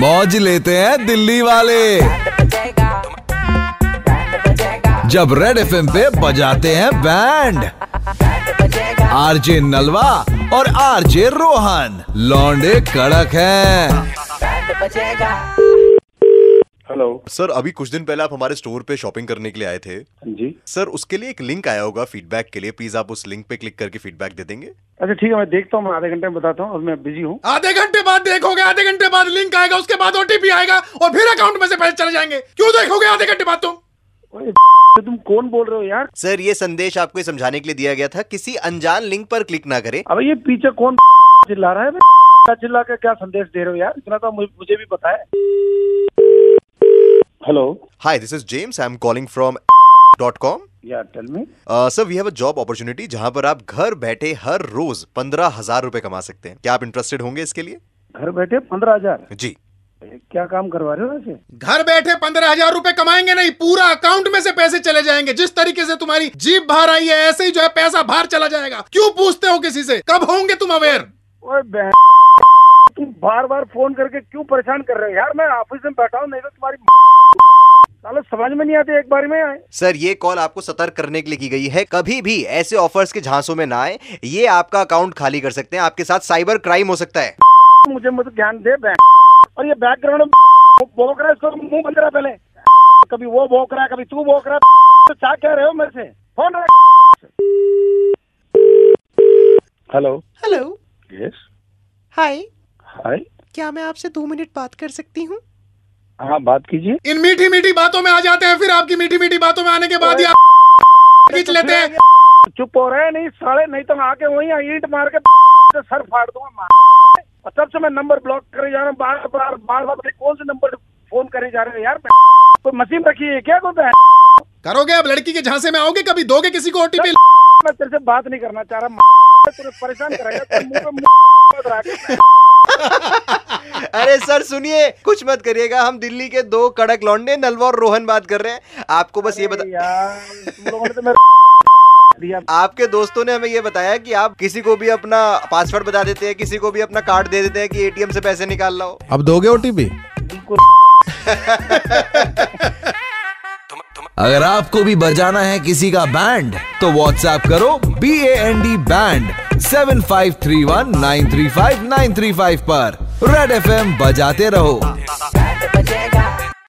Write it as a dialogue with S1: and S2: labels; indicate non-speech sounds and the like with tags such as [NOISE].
S1: मौज लेते हैं दिल्ली वाले जब रेड एफ पे बजाते हैं बैंड आरजे नलवा और आरजे रोहन लौंडे कड़क हैं
S2: हेलो
S3: सर अभी कुछ दिन पहले आप हमारे स्टोर पे शॉपिंग करने के लिए आए थे
S2: जी
S3: सर उसके लिए एक लिंक आया होगा फीडबैक के लिए प्लीज आप उस लिंक पे क्लिक करके फीडबैक दे देंगे
S2: अच्छा ठीक है मैं देखता हूँ मैं आधे घंटे में बताता हूँ और मैं बिजी हूँ
S4: आधे घंटे बाद देखोगे आधे घंटे बाद लिंक आएगा उसके बाद ओटीपी आएगा और फिर अकाउंट में से पैसे चले जाएंगे क्यों देखोगे आधे घंटे बाद तुम
S2: ओए, तो तुम कौन बोल रहे हो यार
S3: सर ये संदेश आपको ये समझाने के लिए दिया गया था किसी अनजान लिंक पर क्लिक ना करें
S2: अब ये पीछे कौन [LAUGHS] चिल्ला रहा है बे? चिल्ला के [LAUGHS] क्या संदेश दे रहे हो यार इतना तो मुझे मुझे भी पता है hello
S3: hi this is James I am calling from dot com
S2: यार tell me
S3: sir we have a job opportunity जहां पर आप घर बैठे हर रोज पंद्रह हजार रुपए कमा सकते हैं क्या आप इंटरेस्टेड होंगे इसके लिए
S2: घर बैठे पंद्रह हजार
S3: जी
S2: क्या काम करवा रहे हो ऐसे
S4: घर बैठे पंद्रह हजार रूपए कमाएंगे नहीं पूरा अकाउंट में से पैसे चले जाएंगे जिस तरीके से तुम्हारी जीप बाहर आई है ऐसे ही जो है पैसा बाहर चला जाएगा क्यों पूछते हो किसी से कब होंगे तुम अवेयर
S2: ओए बहन [LAUGHS] तुम बार बार फोन करके क्यों परेशान कर रहे हो यार मैं ऑफिस में बैठा हूँ नहीं तो तुम्हारी [LAUGHS] साले समझ में नहीं आते एक बार में आए
S3: सर ये कॉल आपको सतर्क करने के लिए की गई है कभी भी ऐसे ऑफर्स के झांसों में ना आए ये आपका अकाउंट खाली कर सकते हैं आपके साथ साइबर क्राइम हो सकता है
S2: मुझे मत ज्ञान दे बहन और ये बैकग्राउंड भोग रहा है इसको मुंह बंद करा पहले कभी वो भोग रहा है कभी तू भोग रहा है तो क्या कह रहे हो मेरे से phone hello
S5: hello
S2: yes
S5: hi
S2: hi
S5: क्या मैं आपसे दो मिनट बात कर सकती हूँ
S2: हाँ बात कीजिए
S4: इन मीठी मीठी बातों में आ जाते हैं फिर आपकी मीठी मीठी बातों में आने के बाद ही आप खींच लेते हैं
S2: चुप हो रहे हैं नहीं साले नहीं तो मैं आके वहीं ईंट मार के से सर फाड़ दूंगा मार और तब से मैं नंबर ब्लॉक करे जा रहा हूँ बार बार बार बार पता नहीं कौन से नंबर फोन करे जा रहे हैं यार कोई मशीन रखी है क्या कोई बहन?
S4: करोगे अब लड़की के झांसे में आओगे कभी दोगे किसी को ओटीपी
S2: मैं तेरे से बात नहीं करना चाह रहा मैं तुझे परेशान करेगा तेरे मुंह पे मुंह मत रख।
S3: अरे सर सुनिए कुछ मत करिएगा हम दिल्ली के दो कड़क लौंडे नलवा और रोहन बात कर रहे हैं आपको बस ये
S2: अरे
S3: बता
S2: यार तुम लोगों ने तो मेरा दिया
S3: आपके दोस्तों ने हमें ये बताया कि आप किसी को भी अपना पासवर्ड बता देते हैं किसी को भी अपना कार्ड दे देते हैं कि एटीएम से पैसे निकाल लाओ
S4: अब दोगे ओटीपी
S2: बिल्कुल
S1: अगर आपको भी बजाना है किसी का बैंड तो व्हाट्सएप करो B A N D band seven five three one nine three five nine three five पर रेड एफ बजाते रहो